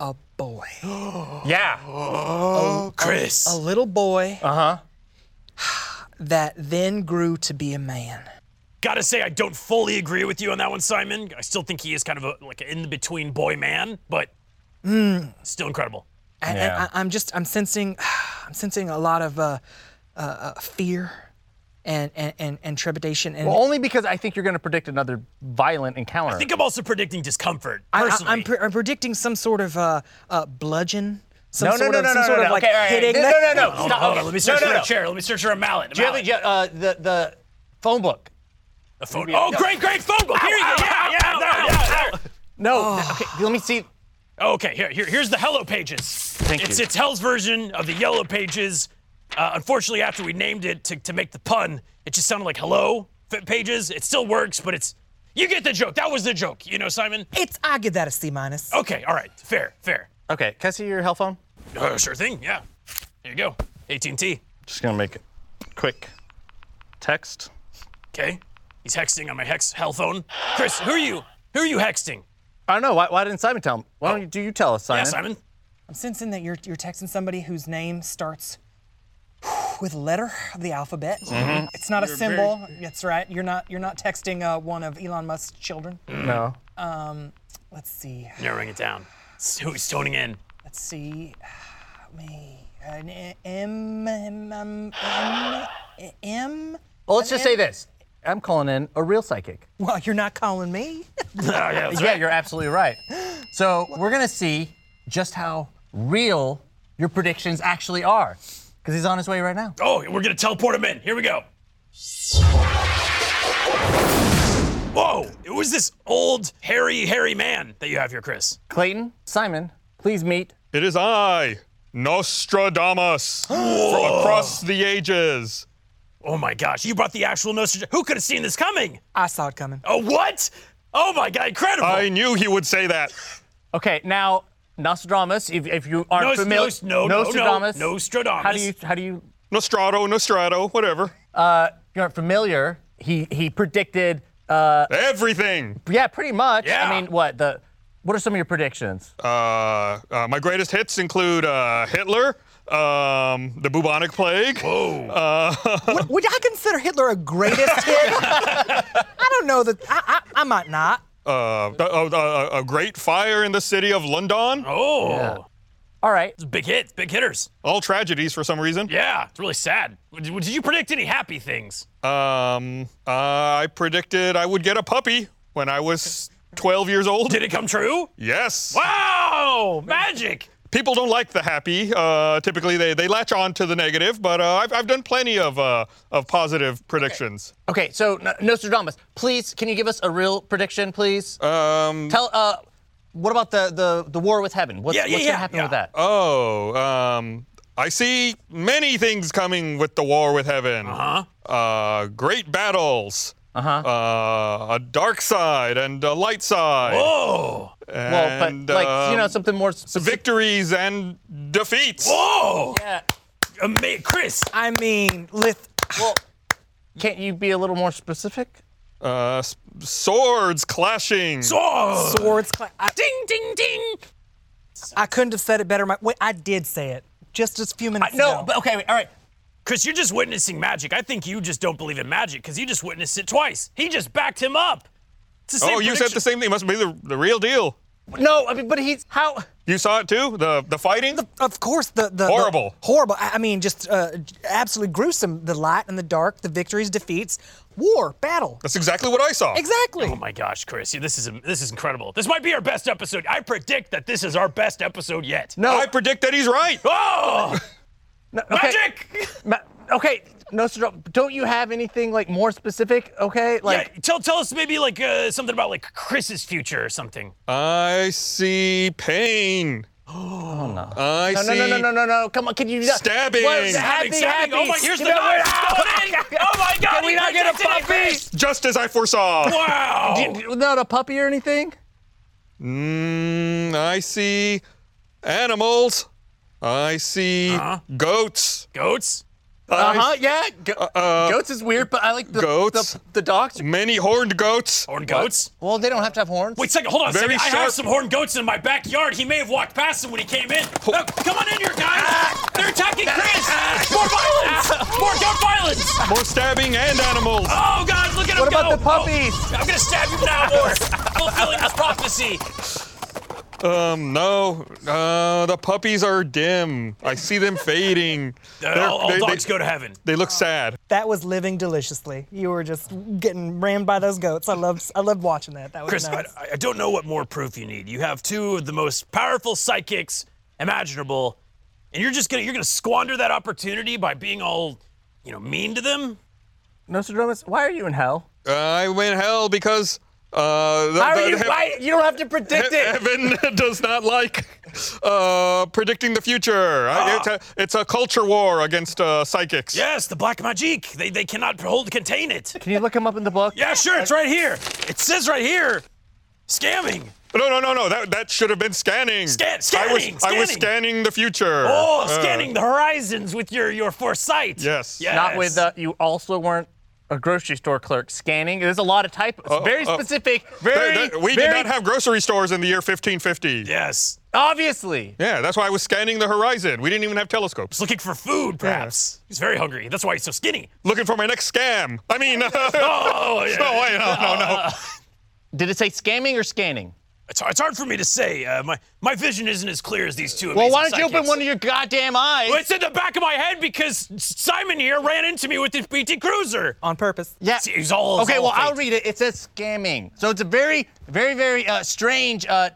[SPEAKER 4] a boy.
[SPEAKER 3] Yeah. Oh,
[SPEAKER 2] Chris.
[SPEAKER 4] A little boy. Uh
[SPEAKER 3] Uh-huh.
[SPEAKER 4] huh. That then grew to be a man.
[SPEAKER 2] Gotta say, I don't fully agree with you on that one, Simon. I still think he is kind of a, like an in between boy man, but
[SPEAKER 4] Mm.
[SPEAKER 2] still incredible.
[SPEAKER 4] I,
[SPEAKER 3] Yeah.
[SPEAKER 4] I, am just I'm sensing I'm sensing a lot of uh, uh, uh, fear and and and, and trepidation and.
[SPEAKER 3] Well, only because I think you're going to predict another violent encounter.
[SPEAKER 2] I think I'm also predicting discomfort.
[SPEAKER 4] I-
[SPEAKER 2] Personally,
[SPEAKER 4] I, am pre- I'm predicting some sort of uh, uh, bludgeon. Some
[SPEAKER 3] no, no,
[SPEAKER 4] sort
[SPEAKER 3] no,
[SPEAKER 4] of,
[SPEAKER 3] no,
[SPEAKER 4] some
[SPEAKER 3] no,
[SPEAKER 4] sort
[SPEAKER 3] no,
[SPEAKER 4] of like
[SPEAKER 3] okay, all right,
[SPEAKER 4] hitting.
[SPEAKER 3] no,
[SPEAKER 4] that-
[SPEAKER 3] no, no, no.
[SPEAKER 2] Hold
[SPEAKER 3] Stop.
[SPEAKER 2] on, hold on. Let me search
[SPEAKER 3] no, no,
[SPEAKER 2] for
[SPEAKER 3] no.
[SPEAKER 2] a chair. Let me search for a mallet. A
[SPEAKER 3] Do you have
[SPEAKER 2] mallet.
[SPEAKER 3] the, uh, the the phone book?
[SPEAKER 2] A phone. Oh, great, great phone book. Here you go.
[SPEAKER 3] ow,
[SPEAKER 2] Yeah,
[SPEAKER 3] ow,
[SPEAKER 2] yeah,
[SPEAKER 3] ow,
[SPEAKER 2] there,
[SPEAKER 3] ow,
[SPEAKER 2] yeah, there.
[SPEAKER 3] No. Okay, let me see.
[SPEAKER 2] Okay, here, here, here's the Hello Pages. Thank it's,
[SPEAKER 3] you.
[SPEAKER 2] It's Hell's version of the Yellow Pages. Uh, unfortunately, after we named it to, to make the pun, it just sounded like Hello F- Pages. It still works, but it's. You get the joke. That was the joke, you know, Simon?
[SPEAKER 4] It's I give that a C minus.
[SPEAKER 2] Okay, all right. Fair, fair.
[SPEAKER 3] Okay, can I see your hell phone?
[SPEAKER 2] Uh, sure thing, yeah. Here you go. AT&T.
[SPEAKER 3] Just gonna make it quick. Text.
[SPEAKER 2] Okay. He's hexting on my hex hell phone. Chris, who are you? Who are you hexting?
[SPEAKER 3] I don't know. Why, why didn't Simon tell him? Why don't you do you tell us, Simon?
[SPEAKER 2] Yeah, Simon?
[SPEAKER 4] I'm sensing that you're you're texting somebody whose name starts with a letter of the alphabet. Mm-hmm. It's not a symbol. That's right. You're not you're not texting uh, one of Elon Musk's children.
[SPEAKER 3] No.
[SPEAKER 4] Let's see.
[SPEAKER 2] Narrowing it down. S- Who he's toning in.
[SPEAKER 4] Let's see. Me. An M M M M. M.
[SPEAKER 3] Well, let's just say this. I'm calling in a real psychic.
[SPEAKER 4] Well, you're not calling me.
[SPEAKER 2] Oh, yeah, that's
[SPEAKER 3] Yeah,
[SPEAKER 2] right.
[SPEAKER 3] you're absolutely right. So we're gonna see just how real your predictions actually are, because he's on his way right now.
[SPEAKER 2] Oh, we're gonna teleport him in. Here we go. Whoa! It was this old, hairy, hairy man that you have here, Chris.
[SPEAKER 3] Clayton, Simon, please meet.
[SPEAKER 6] It is I, Nostradamus, from across the ages.
[SPEAKER 2] Oh my gosh, you brought the actual Nostradamus. Who could have seen this coming?
[SPEAKER 4] I saw it coming.
[SPEAKER 2] Oh, what? Oh my god, incredible.
[SPEAKER 6] I knew he would say that.
[SPEAKER 3] Okay, now Nostradamus. If, if you aren't
[SPEAKER 2] Nos-
[SPEAKER 3] familiar,
[SPEAKER 2] nos- no, no, no,
[SPEAKER 3] Nostradamus.
[SPEAKER 2] Nostradamus.
[SPEAKER 3] How do you how do you uh,
[SPEAKER 6] Nostrado, Nostrato, whatever.
[SPEAKER 3] you aren't familiar? He he predicted. Uh,
[SPEAKER 6] Everything.
[SPEAKER 3] yeah, pretty much.
[SPEAKER 2] Yeah.
[SPEAKER 3] I mean, what the what are some of your predictions?
[SPEAKER 6] Uh, uh, my greatest hits include uh, Hitler, um, the bubonic plague. uh,
[SPEAKER 4] Would, would I consider Hitler a greatest hit? I don't know that. I, I, I might not.
[SPEAKER 6] Uh, a, a- a- a great fire in the city of London.
[SPEAKER 2] oh,
[SPEAKER 3] All right.
[SPEAKER 2] big hits, big hitters.
[SPEAKER 6] All tragedies for some reason.
[SPEAKER 2] Yeah, it's really sad. Did did you predict any happy things?
[SPEAKER 6] Um, uh, I predicted I would get a puppy when I was 12 years old.
[SPEAKER 2] Did it come true?
[SPEAKER 6] Yes.
[SPEAKER 2] Wow, magic.
[SPEAKER 6] People don't like the happy. Uh, typically, they, they latch on to the negative, but uh, I've, I've done plenty of uh, of positive predictions.
[SPEAKER 3] Okay, so N- Nostradamus, please, can you give us a real prediction, please?
[SPEAKER 6] Um,
[SPEAKER 3] Tell uh, what about the the, the war with heaven? What's,
[SPEAKER 2] Yeah, yeah,
[SPEAKER 3] what's
[SPEAKER 2] yeah,
[SPEAKER 3] gonna happen
[SPEAKER 2] yeah.
[SPEAKER 3] with that?
[SPEAKER 6] Oh, um, I see many things coming with the war with heaven. Uh-huh. great battles. Uh-huh. a dark side and a light side.
[SPEAKER 2] Oh,
[SPEAKER 3] well, but
[SPEAKER 6] and,
[SPEAKER 3] like you know
[SPEAKER 6] um,
[SPEAKER 3] something more specific.
[SPEAKER 6] victories and defeats.
[SPEAKER 2] oh, Ama- Chris.
[SPEAKER 4] I mean, lith-
[SPEAKER 3] well, can't you be a little more specific?
[SPEAKER 6] Uh, s- swords clashing.
[SPEAKER 2] Oh,
[SPEAKER 4] swords. Cla- I,
[SPEAKER 2] ding, ding, ding.
[SPEAKER 4] I couldn't have said it better. My, wait, I did say it just a few
[SPEAKER 2] Uh,
[SPEAKER 4] minutes ago.
[SPEAKER 3] No, but okay, wait, all right.
[SPEAKER 2] Chris, you're just witnessing magic. I think you just don't believe in magic because you just witnessed it twice. He just backed him up. It's the same
[SPEAKER 6] oh, you said
[SPEAKER 2] prediction.
[SPEAKER 6] the same thing. Must be the, the real deal.
[SPEAKER 3] No, I mean, but he's how?
[SPEAKER 6] You saw it too. The the fighting.
[SPEAKER 4] of course, the, the the-
[SPEAKER 6] Horrible.
[SPEAKER 4] horrible. I, I mean, just uh, j- absolutely gruesome. The light and the dark, the victories, defeats, war, battle.
[SPEAKER 6] That's exactly what I saw.
[SPEAKER 4] Exactly.
[SPEAKER 2] Oh my gosh, Chris, you- this is this is incredible. This might be our best episode. I predict that this is our best episode yet.
[SPEAKER 3] No,
[SPEAKER 6] I predict that he's right.
[SPEAKER 2] Oh,
[SPEAKER 3] no, okay.
[SPEAKER 2] magic!
[SPEAKER 3] Ma- okay, Nostradamus, don't you have anything like more specific? Okay, like
[SPEAKER 2] yeah, tell tell us maybe like uh, something about like Chris's future or something.
[SPEAKER 3] Uh,
[SPEAKER 6] I see pain. Oh no. I
[SPEAKER 3] no,
[SPEAKER 6] see
[SPEAKER 3] no, no, no, no, no, no. Come on, can you
[SPEAKER 6] Stabbing.
[SPEAKER 3] What-
[SPEAKER 2] Stabbing,
[SPEAKER 3] happy,
[SPEAKER 2] stabbing. Oh
[SPEAKER 3] happy.
[SPEAKER 2] my, here's the
[SPEAKER 3] You know,
[SPEAKER 2] knife.
[SPEAKER 3] we're-
[SPEAKER 2] Oh, man. Oh my God,
[SPEAKER 3] Can we
[SPEAKER 2] he
[SPEAKER 3] not get a
[SPEAKER 2] predicted it,
[SPEAKER 3] puppy?
[SPEAKER 2] Chris.
[SPEAKER 6] just as I foresaw.
[SPEAKER 2] Wow.
[SPEAKER 3] Not a puppy or anything?
[SPEAKER 6] Mm, I see animals. I see
[SPEAKER 3] Uh-huh.
[SPEAKER 6] goats.
[SPEAKER 2] Goats?
[SPEAKER 3] Uh
[SPEAKER 6] I
[SPEAKER 3] huh.
[SPEAKER 6] s-
[SPEAKER 3] Yeah. Go- goats is weird, but I like the
[SPEAKER 6] uh, goats.
[SPEAKER 3] The, the dogs. are-
[SPEAKER 6] Many horned goats.
[SPEAKER 2] Horned goats?
[SPEAKER 3] Well, they don't have to have horns.
[SPEAKER 2] Wait a second, hold on a
[SPEAKER 6] Very
[SPEAKER 2] second. I have
[SPEAKER 6] sharp.
[SPEAKER 2] some horned goats in my backyard. He may have walked past them when he came in. Oh, come on in here, guys. They're attacking Chris. More violence. More goat violence.
[SPEAKER 6] More stabbing and animals.
[SPEAKER 2] Oh, God, look at him
[SPEAKER 3] What
[SPEAKER 2] go.
[SPEAKER 3] about the puppies?
[SPEAKER 2] Oh, I'm going to stab you now more. Fulfilling this prophecy.
[SPEAKER 6] Um, no. Uh, the puppies are dim. I see them fading. They're-
[SPEAKER 2] all all
[SPEAKER 6] they- they-
[SPEAKER 2] dogs go to heaven.
[SPEAKER 6] They look sad.
[SPEAKER 4] That was living deliciously. You were just getting rammed by those goats. I loved I loved watching that. That was
[SPEAKER 2] Chris,
[SPEAKER 4] nice.
[SPEAKER 2] I, I don't know what more proof you need. You have two of the most powerful psychics imaginable, and you're just gonna you're gonna squander that opportunity by being all, you know, mean to them.
[SPEAKER 3] Nostradamus, why are you in hell?
[SPEAKER 6] Uh, I went hell because uh, the,
[SPEAKER 3] Why
[SPEAKER 6] the-
[SPEAKER 3] are you?
[SPEAKER 6] he-
[SPEAKER 3] Why you don't have to predict
[SPEAKER 6] he-
[SPEAKER 3] it?
[SPEAKER 6] heaven does not like uh, predicting the future. I-
[SPEAKER 2] Ah.
[SPEAKER 6] it's, a, it's a culture war against uh, psychics.
[SPEAKER 2] Yes, the black magic. They they cannot hold contain it.
[SPEAKER 3] Can you look him up in the book?
[SPEAKER 2] Yeah, sure, it's right here. It says right here, scamming.
[SPEAKER 6] No, no, no, no. That that should have been scanning.
[SPEAKER 2] Scan-
[SPEAKER 6] I was,
[SPEAKER 2] scanning,
[SPEAKER 6] I was
[SPEAKER 2] scanning.
[SPEAKER 6] scanning the future.
[SPEAKER 2] Oh,
[SPEAKER 6] Uh,
[SPEAKER 2] scanning the horizons with your your foresight.
[SPEAKER 6] Yes.
[SPEAKER 2] yes.
[SPEAKER 3] Not with uh, you. Also weren't a grocery store clerk scanning. There's a lot of type. It's very
[SPEAKER 6] oh.
[SPEAKER 3] specific.
[SPEAKER 6] th-
[SPEAKER 3] Very.
[SPEAKER 6] th- we
[SPEAKER 3] very
[SPEAKER 6] did not have grocery stores in the year 1550.
[SPEAKER 2] Yes.
[SPEAKER 3] Obviously.
[SPEAKER 6] Yeah, that's why I was scanning the horizon. We didn't even have telescopes.
[SPEAKER 2] He's looking for food, perhaps. He's very hungry. That's why he's so skinny.
[SPEAKER 6] Looking for my next scam. I mean, no,
[SPEAKER 2] Oh, yeah.
[SPEAKER 6] wait, no, no, no.
[SPEAKER 3] Did it say scamming or scanning?
[SPEAKER 2] It's, it's hard for me to say. Uh, my my vision isn't as clear as these two.
[SPEAKER 3] Well,
[SPEAKER 2] amazing
[SPEAKER 3] why don't you open
[SPEAKER 2] psychics.
[SPEAKER 3] one of your goddamn eyes?
[SPEAKER 2] Well, it's in the back of my head because Simon here ran into me with his BT Cruiser.
[SPEAKER 4] On purpose.
[SPEAKER 3] Yeah.
[SPEAKER 2] See, he's all- he's
[SPEAKER 3] Oh, okay,
[SPEAKER 2] all
[SPEAKER 3] well, I'll
[SPEAKER 2] faked.
[SPEAKER 3] read it. It says scamming. So it's a very, very, very uh, strange uh,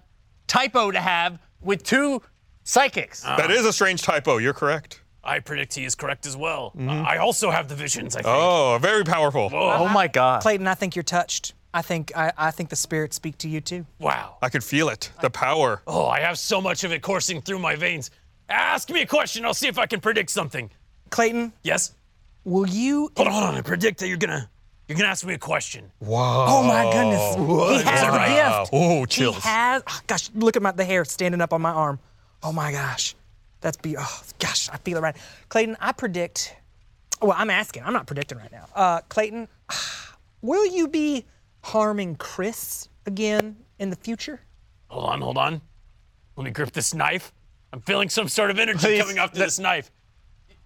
[SPEAKER 3] typo to have with two psychics.
[SPEAKER 2] Oh,
[SPEAKER 6] That is a strange typo. You're correct.
[SPEAKER 2] I predict he is correct as
[SPEAKER 3] Mm-hmm.
[SPEAKER 2] well. I I also have the visions. I think.
[SPEAKER 6] Oh, very powerful.
[SPEAKER 3] oh my God.
[SPEAKER 4] Clayton, I think you're touched. I think I, I think the spirits speak to you too.
[SPEAKER 2] Wow.
[SPEAKER 6] I could feel it. The power.
[SPEAKER 2] Oh, I have so much of it coursing through my veins. Ask me a question. I'll see if I can predict something.
[SPEAKER 4] Clayton,
[SPEAKER 2] Yes?
[SPEAKER 4] will you?
[SPEAKER 2] Hold on, hold on. I predict that you're gonna you're gonna ask me a question.
[SPEAKER 4] Oh my goodness! He has the
[SPEAKER 6] Wow.
[SPEAKER 4] gift.
[SPEAKER 6] Oh,
[SPEAKER 4] He
[SPEAKER 6] chills.
[SPEAKER 4] has. oh, gosh, look at my the hair standing up on my arm. Oh my gosh, that's be. Oh gosh, I feel it right. Clayton, I predict. Well, I'm asking. I'm not predicting right now. Uh, Clayton, will you be harming Chris again in the future?
[SPEAKER 2] Hold on, hold on. Let me grip this knife. I'm feeling some sort of energy coming off to this knife.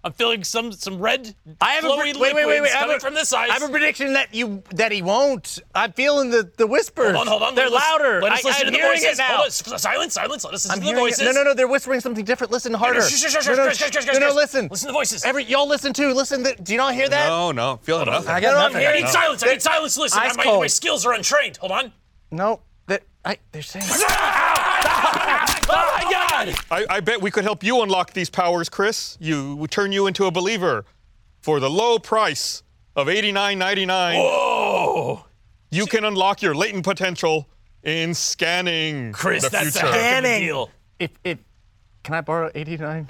[SPEAKER 2] I'm feeling some some red
[SPEAKER 3] I have
[SPEAKER 2] flowy
[SPEAKER 3] a pre- wait, wait, wait,
[SPEAKER 2] liquids
[SPEAKER 3] wait. I have
[SPEAKER 2] coming
[SPEAKER 3] a-
[SPEAKER 2] from this ice.
[SPEAKER 3] I have a prediction that you that he won't. I'm feeling the the whispers.
[SPEAKER 2] Hold on, hold on.
[SPEAKER 3] They're
[SPEAKER 2] Let us-
[SPEAKER 3] louder.
[SPEAKER 2] Let us
[SPEAKER 3] I,
[SPEAKER 2] listen to
[SPEAKER 3] I'm
[SPEAKER 2] the
[SPEAKER 3] hearing
[SPEAKER 2] voices.
[SPEAKER 3] it now.
[SPEAKER 2] Hold on. S- Silence, silence. Let us listen
[SPEAKER 3] I'm
[SPEAKER 2] to the
[SPEAKER 3] hearing it.
[SPEAKER 2] voices.
[SPEAKER 3] No, no, no. They're whispering something different. Listen harder.
[SPEAKER 2] shh, shh, shh, shh,
[SPEAKER 3] no, no,
[SPEAKER 2] Chris, Chris, Chris,
[SPEAKER 3] no, no,
[SPEAKER 2] Chris.
[SPEAKER 3] listen.
[SPEAKER 2] Listen to the voices.
[SPEAKER 3] Every y'all listen too. Listen. th- do you not hear that?
[SPEAKER 6] No, no, feeling nothing.
[SPEAKER 3] I got
[SPEAKER 2] I need
[SPEAKER 3] nothing.
[SPEAKER 2] silence. I need silence. Listen,
[SPEAKER 3] Ice
[SPEAKER 2] my,
[SPEAKER 3] cold.
[SPEAKER 2] my skills are untrained. Hold on.
[SPEAKER 3] No. That I. They're saying.
[SPEAKER 2] Oh my God!
[SPEAKER 6] I, I bet we could help you unlock these powers, Chris. You we turn you into a believer for the low price of
[SPEAKER 2] Oh.
[SPEAKER 6] $89.99.
[SPEAKER 2] Whoa!
[SPEAKER 6] You can unlock your latent potential in scanning
[SPEAKER 2] Chris,
[SPEAKER 6] the
[SPEAKER 2] that's
[SPEAKER 6] future.
[SPEAKER 2] a heck of a
[SPEAKER 4] Scanning.
[SPEAKER 2] deal.
[SPEAKER 3] If if. Can I borrow 89?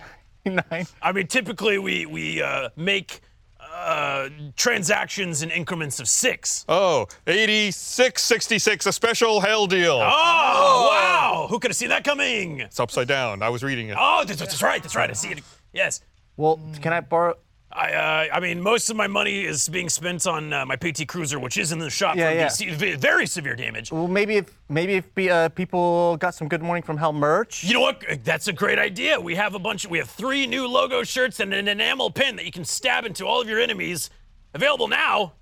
[SPEAKER 2] I mean, typically we we uh, make uh, transactions in increments of six. Oh,
[SPEAKER 6] Oh, 8666, a special hell deal.
[SPEAKER 2] Oh. wow! Who could have seen that coming?
[SPEAKER 6] It's upside down. I was reading it.
[SPEAKER 2] Oh, that's, that's right. That's right. I see it. Yes.
[SPEAKER 3] Well, can I borrow?
[SPEAKER 2] I, uh, I mean, most of my money is being spent on uh, my PT Cruiser, which is in the shop
[SPEAKER 3] Yeah,
[SPEAKER 2] for
[SPEAKER 3] yeah.
[SPEAKER 2] VC v- very severe damage.
[SPEAKER 3] Well, maybe if maybe if be, uh, people got some Good Morning from Hell merch.
[SPEAKER 2] You know what? That's a great idea. We have a bunch. Of, we have three new logo shirts and an enamel pin that you can stab into all of your enemies. Available now.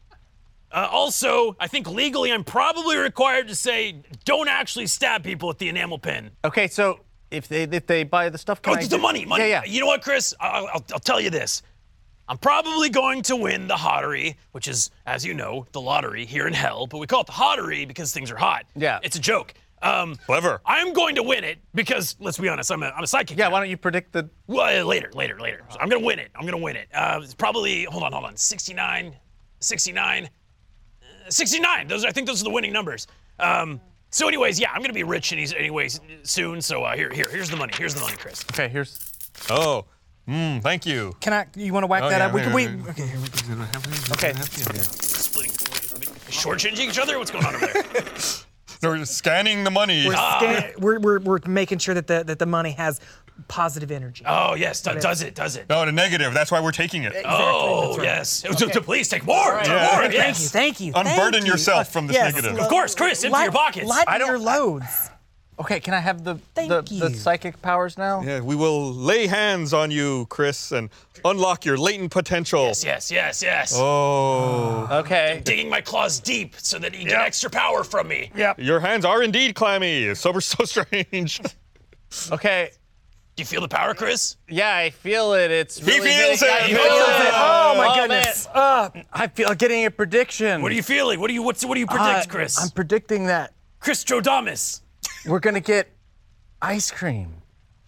[SPEAKER 2] Uh, also, I think legally I'm probably required to say don't actually stab people with the enamel pin.
[SPEAKER 3] Okay, so if they if they buy the stuff, can
[SPEAKER 2] Oh,
[SPEAKER 3] I
[SPEAKER 2] the
[SPEAKER 3] do-
[SPEAKER 2] money, money.
[SPEAKER 3] Yeah, yeah.
[SPEAKER 2] You know what, Chris? I- I'll, I'll, I'll tell you this. I'm probably going to win the hottery, which is, as you know, the lottery here in hell, but we call it the hottery because things are hot.
[SPEAKER 3] Yeah.
[SPEAKER 2] It's a joke. Um,
[SPEAKER 6] Clever.
[SPEAKER 2] I'm going to win it because, let's be honest, I'm a, I'm a sidekick.
[SPEAKER 3] Yeah, why don't you predict the?
[SPEAKER 2] Well, uh, later, later, later. So I'm gonna win it. I'm gonna win it. Uh, it's probably hold on, hold on. 69, 69, uh, 69. Those I think those are the winning numbers. Um, so, anyways, yeah, I'm gonna be rich anyways, anyways soon. So uh, here, here, here's the money. Here's the money, Chris.
[SPEAKER 3] Okay, here's.
[SPEAKER 6] Oh, mm, thank you.
[SPEAKER 4] Can I? You want to
[SPEAKER 2] Oh,
[SPEAKER 4] whack that
[SPEAKER 6] yeah,
[SPEAKER 4] up? We
[SPEAKER 6] yeah,
[SPEAKER 4] can. We,
[SPEAKER 6] yeah.
[SPEAKER 4] okay.
[SPEAKER 3] Okay,
[SPEAKER 2] Splitting, short changing each other. What's going on over there?
[SPEAKER 6] They're scanning the money.
[SPEAKER 4] We're,
[SPEAKER 2] Ah!
[SPEAKER 4] scan- we're, we're, we're making sure that the that the money has positive energy.
[SPEAKER 2] Oh yes, do- does it? Does it?
[SPEAKER 6] No, the negative. Oh, That's why we're taking it.
[SPEAKER 2] Oh yes. So- so Please take more. Take
[SPEAKER 6] Yeah.
[SPEAKER 2] more.
[SPEAKER 6] Thank you,
[SPEAKER 2] yes.
[SPEAKER 4] Thank you. Thank you.
[SPEAKER 6] Unburden
[SPEAKER 4] thank you. Uh,
[SPEAKER 6] yourself from this
[SPEAKER 4] yes,
[SPEAKER 6] negative.
[SPEAKER 4] lo-
[SPEAKER 2] Of course, Chris, into
[SPEAKER 4] light-
[SPEAKER 2] your pockets.
[SPEAKER 4] Lighten
[SPEAKER 3] I don't-
[SPEAKER 4] your loads.
[SPEAKER 3] okay. Can I have the the,
[SPEAKER 4] Thank
[SPEAKER 3] the
[SPEAKER 4] you.
[SPEAKER 3] psychic powers now?
[SPEAKER 6] Yeah, we will lay hands on you, Chris, and unlock your latent potential.
[SPEAKER 2] Yes, yes, yes.
[SPEAKER 6] Oh.
[SPEAKER 3] Okay.
[SPEAKER 2] Digging my claws deep so that he get
[SPEAKER 6] Yeah.
[SPEAKER 2] extra power from me.
[SPEAKER 6] Your hands are indeed clammy. So we're so strange.
[SPEAKER 3] Okay.
[SPEAKER 2] Do you feel the power, Chris?
[SPEAKER 3] Yeah, I feel it. It's really
[SPEAKER 6] feels
[SPEAKER 3] good.
[SPEAKER 6] it.
[SPEAKER 3] Yeah, he
[SPEAKER 6] He
[SPEAKER 3] feels
[SPEAKER 6] feels
[SPEAKER 3] it.
[SPEAKER 6] it.
[SPEAKER 3] Oh my
[SPEAKER 4] Oh,
[SPEAKER 3] goodness. Uh, I feel getting a prediction. Uh,
[SPEAKER 2] What are you feeling? What do you what's what do you
[SPEAKER 6] Uh,
[SPEAKER 2] predict, Chris?
[SPEAKER 3] I'm predicting that
[SPEAKER 2] Chris Jodamus.
[SPEAKER 3] we're gonna get ice cream,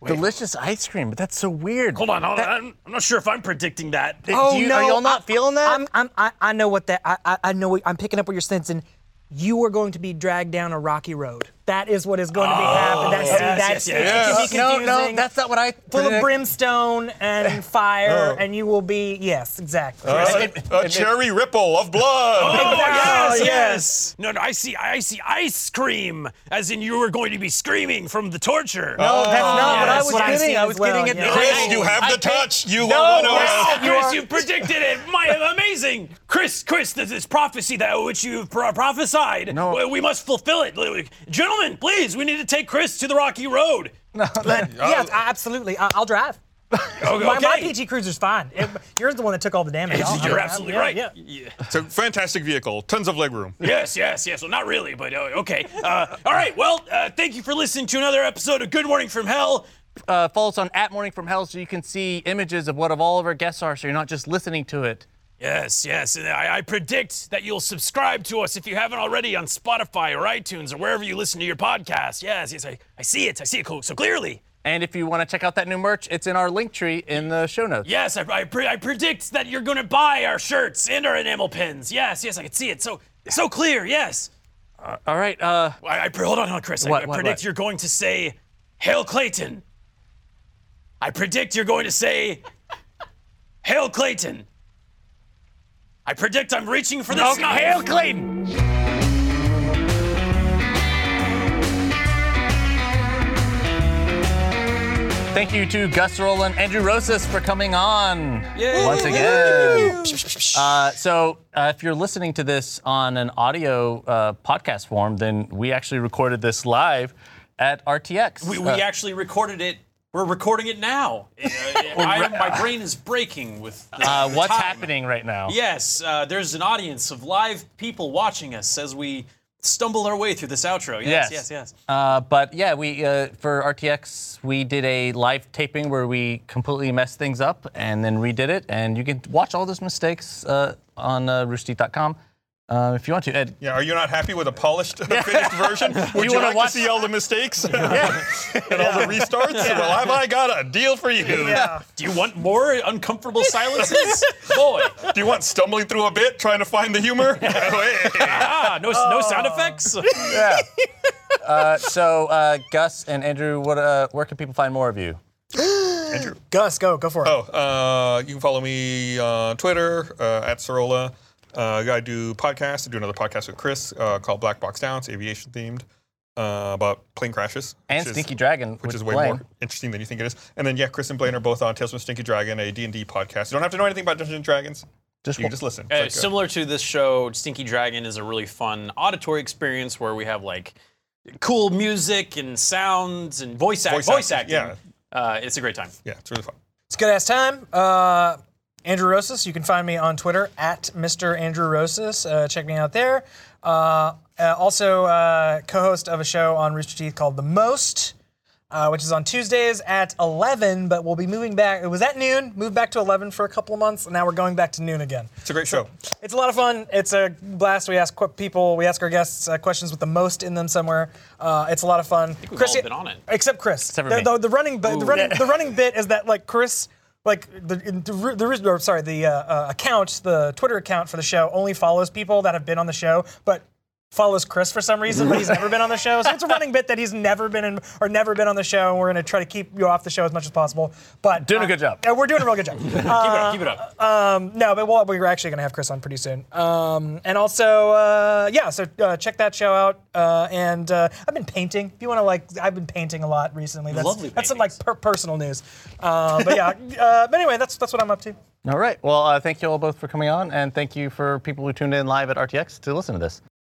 [SPEAKER 3] delicious ice cream. But that's so weird.
[SPEAKER 2] Hold Oh, on, hold
[SPEAKER 3] That-
[SPEAKER 2] on. I'm, I'm not sure if I'm predicting that.
[SPEAKER 3] Do you- Are y'all not
[SPEAKER 4] I-
[SPEAKER 3] feeling that?
[SPEAKER 4] I'm, I'm, I, I know what that. I, I, I know. What, I'm picking up what you're sensing. You are going to be dragged down a rocky road. That is what is going to be
[SPEAKER 3] Oh,
[SPEAKER 4] happening. That's,
[SPEAKER 2] yes, yes,
[SPEAKER 4] that's it.
[SPEAKER 6] yes.
[SPEAKER 4] It can be
[SPEAKER 3] no,
[SPEAKER 4] confusing.
[SPEAKER 3] no, that's not what I.
[SPEAKER 4] full
[SPEAKER 3] predict. Oh.
[SPEAKER 4] of brimstone and fire, and you will be. Yes, exactly.
[SPEAKER 6] a a cherry ripple of blood.
[SPEAKER 2] Oh, yes,
[SPEAKER 4] Oh,
[SPEAKER 2] yes. No, no, I see I see ice cream. As in you were going to be screaming from the torture. Oh,
[SPEAKER 3] No, that's not
[SPEAKER 2] yes.
[SPEAKER 3] what
[SPEAKER 2] What
[SPEAKER 3] I
[SPEAKER 2] I
[SPEAKER 3] was getting.
[SPEAKER 4] see
[SPEAKER 3] I
[SPEAKER 4] as
[SPEAKER 3] was
[SPEAKER 4] well,
[SPEAKER 3] getting it.
[SPEAKER 4] yeah.
[SPEAKER 6] Chris, you have the touch. You are one of us.
[SPEAKER 2] Wow, Chris, you predicted it. My, amazing. Chris, Chris, this, this prophecy that which you pro- prophesied,
[SPEAKER 3] No.
[SPEAKER 2] we- we must fulfill it. Gentlemen, please, we need to take Chris to the rocky road.
[SPEAKER 3] Oh.
[SPEAKER 4] yes, I- absolutely. I, I'll drive.
[SPEAKER 2] Okay.
[SPEAKER 4] My, my PT Cruiser's fine. It, you're the one that took all the damage. I'll-
[SPEAKER 2] You're
[SPEAKER 4] I'll-
[SPEAKER 2] absolutely
[SPEAKER 4] yeah,
[SPEAKER 2] right.
[SPEAKER 4] yeah.
[SPEAKER 2] Yeah.
[SPEAKER 6] It's a fantastic vehicle. Tons of legroom.
[SPEAKER 2] Yes, yes, yes. Well, not really, but uh, okay. Uh, all right. Well, uh, thank you for listening to another episode of Good Morning from Hell.
[SPEAKER 3] uh, follow us on at Morning From Hell so you can see images of what of all of our guests are, so you're not just listening to it.
[SPEAKER 2] Yes, yes. And I, I predict that you'll subscribe to us if you haven't already on Spotify or iTunes or wherever you listen to your podcast. Yes, yes. I, I see it. I see it co- so clearly.
[SPEAKER 3] And if you want to check out that new merch, it's in our link tree in the show notes.
[SPEAKER 2] Yes, I, I, pre- I predict that you're going to buy our shirts and our enamel pins. Yes, yes. I can see it. So so clear. Yes.
[SPEAKER 3] All right. Uh,
[SPEAKER 7] I, I, hold on, hold on, Chris. I-
[SPEAKER 3] What,
[SPEAKER 7] I,
[SPEAKER 3] what,
[SPEAKER 7] predict
[SPEAKER 3] what?
[SPEAKER 7] you're going to say, Hail Clayton. I predict you're going to say, Hail Clayton. I predict I'm reaching for the sky.
[SPEAKER 8] Hail Clayton!
[SPEAKER 3] thank you to Gus Roll and Andrew Rosas for coming on once again. Uh, so, uh, if you're listening to this on an audio uh, podcast form, then we actually recorded this live at RTX.
[SPEAKER 2] We, we
[SPEAKER 3] Uh,
[SPEAKER 2] actually recorded it. We're recording it now. Uh, I, my brain is breaking with the,
[SPEAKER 3] uh,
[SPEAKER 2] the
[SPEAKER 3] what's
[SPEAKER 2] time.
[SPEAKER 3] happening right now?
[SPEAKER 2] Yes, uh, there's an audience of live people watching us as we stumble our way through this outro. Yes, yes,
[SPEAKER 3] Yes.
[SPEAKER 2] yes.
[SPEAKER 3] Uh, but yeah, we uh, for RTX we did a live taping where we completely messed things up and then redid it, and you can watch all those mistakes uh, on uh, roosterteeth.com uh, if you want to. Ed,
[SPEAKER 6] Yeah, are you not happy with a polished, finished version? Would you,
[SPEAKER 3] wanna
[SPEAKER 6] like
[SPEAKER 3] watch-
[SPEAKER 6] to see all the mistakes and all the restarts? Well, have I got a deal for you?
[SPEAKER 2] Do you want more uncomfortable silences? Boy,
[SPEAKER 6] Do you want stumbling through a bit, trying to find the humor?
[SPEAKER 2] ah, no, no sound effects.
[SPEAKER 3] so uh, Gus and Andrew, what uh, where can people find more of you?
[SPEAKER 9] Gus, go, go for it.
[SPEAKER 6] Oh, uh, you can follow me on Twitter uh, at Sorola. Uh, I do podcasts. I do another podcast with Chris uh, called Black Box Down. It's aviation themed uh, about plane crashes
[SPEAKER 3] And
[SPEAKER 6] which is-
[SPEAKER 3] Stinky Dragon,
[SPEAKER 6] which
[SPEAKER 3] with
[SPEAKER 6] is way
[SPEAKER 3] Blaine.
[SPEAKER 6] more interesting than you think it is. And then yeah, Chris and Blaine are both on Tales from Stinky Dragon, a D and D podcast. You don't have to know anything about Dungeons and Dragons. Just you can just listen. It's
[SPEAKER 2] Uh,
[SPEAKER 6] like, uh,
[SPEAKER 2] similar to this show, Stinky Dragon is a really fun auditory experience where we have like cool music and sounds and voice, act,
[SPEAKER 6] Voice
[SPEAKER 2] voice
[SPEAKER 6] acting,
[SPEAKER 2] acting. Uh, it's a great time.
[SPEAKER 6] yeah, it's really fun.
[SPEAKER 4] It's good ass time. Uh, Andrew Rosas, you can find me on Twitter at Mr. Andrew Rosas. Uh, check me out there. Uh, uh, also, uh, co host of a show on Rooster Teeth called The Most, uh, which is on Tuesdays at 11, but we'll be moving back. It was at noon, moved back to 11 for a couple of months, and now we're going back to noon again.
[SPEAKER 6] It's a great show.
[SPEAKER 4] It's a lot of fun. It's a blast. We ask qu- people, we ask our guests uh, questions with the most in them somewhere. Uh, it's a lot of fun.
[SPEAKER 2] we've
[SPEAKER 4] Chris,
[SPEAKER 2] all been on it.
[SPEAKER 4] Except Chris.
[SPEAKER 3] Except for
[SPEAKER 4] the,
[SPEAKER 3] me.
[SPEAKER 4] the- the running, bi- the running, the running bit is that like Chris, like the the, ru- the, ru- or, sorry, the uh, uh, account, the Twitter account for the show only follows people that have been on the show, but follows Chris for some reason, but he's never been on the show. So it's a running bit that he's never been in or never been on the show, and we're gonna try to keep you off the show as much as possible. But
[SPEAKER 3] Doing a
[SPEAKER 4] uh,
[SPEAKER 3] good job.
[SPEAKER 4] yeah, we're doing a real good job.
[SPEAKER 2] Keep it up, keep it up.
[SPEAKER 4] No, but we'll, we're actually going to have Chris on pretty soon. Um, and also, uh, yeah, so uh, check that show out. Uh, and uh, I've been painting. If you want to, like, I've been painting a lot recently. That's,
[SPEAKER 2] Lovely
[SPEAKER 4] That's some,
[SPEAKER 2] paintings.
[SPEAKER 4] like, per- personal news. Uh, but yeah, uh, but anyway, that's that's what I'm up to.
[SPEAKER 3] All right. Well, uh, thank you all both for coming on, and thank you for people who tuned in live at RTX to listen to this.